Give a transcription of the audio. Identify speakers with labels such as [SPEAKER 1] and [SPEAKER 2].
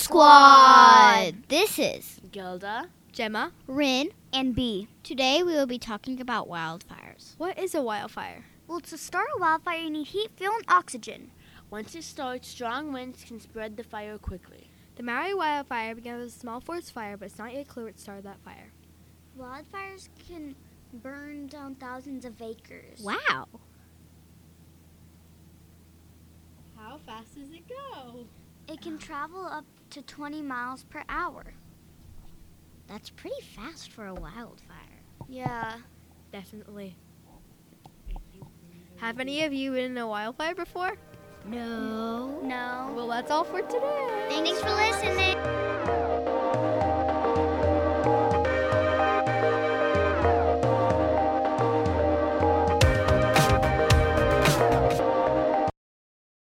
[SPEAKER 1] Squad. This is
[SPEAKER 2] Gilda.
[SPEAKER 3] Gemma,
[SPEAKER 1] Rin.
[SPEAKER 4] and B.
[SPEAKER 1] Today we will be talking about wildfires.
[SPEAKER 3] what is a wildfire?
[SPEAKER 4] Well, to start a wildfire, you need heat, fuel, and oxygen.
[SPEAKER 2] Once it starts, strong winds can spread the fire quickly.
[SPEAKER 3] The Maui wildfire began as a small forest fire, but it's not yet clear what started that fire.
[SPEAKER 4] Wildfires can burn down thousands of acres.
[SPEAKER 1] Wow.
[SPEAKER 3] How fast does it go?
[SPEAKER 4] It can travel up to 20 miles per hour.
[SPEAKER 1] That's pretty fast for a wildfire.
[SPEAKER 4] Yeah.
[SPEAKER 3] Definitely. Have any of you been in a wildfire before?
[SPEAKER 1] No.
[SPEAKER 4] No.
[SPEAKER 3] Well, that's all for today.
[SPEAKER 4] Thanks for listening.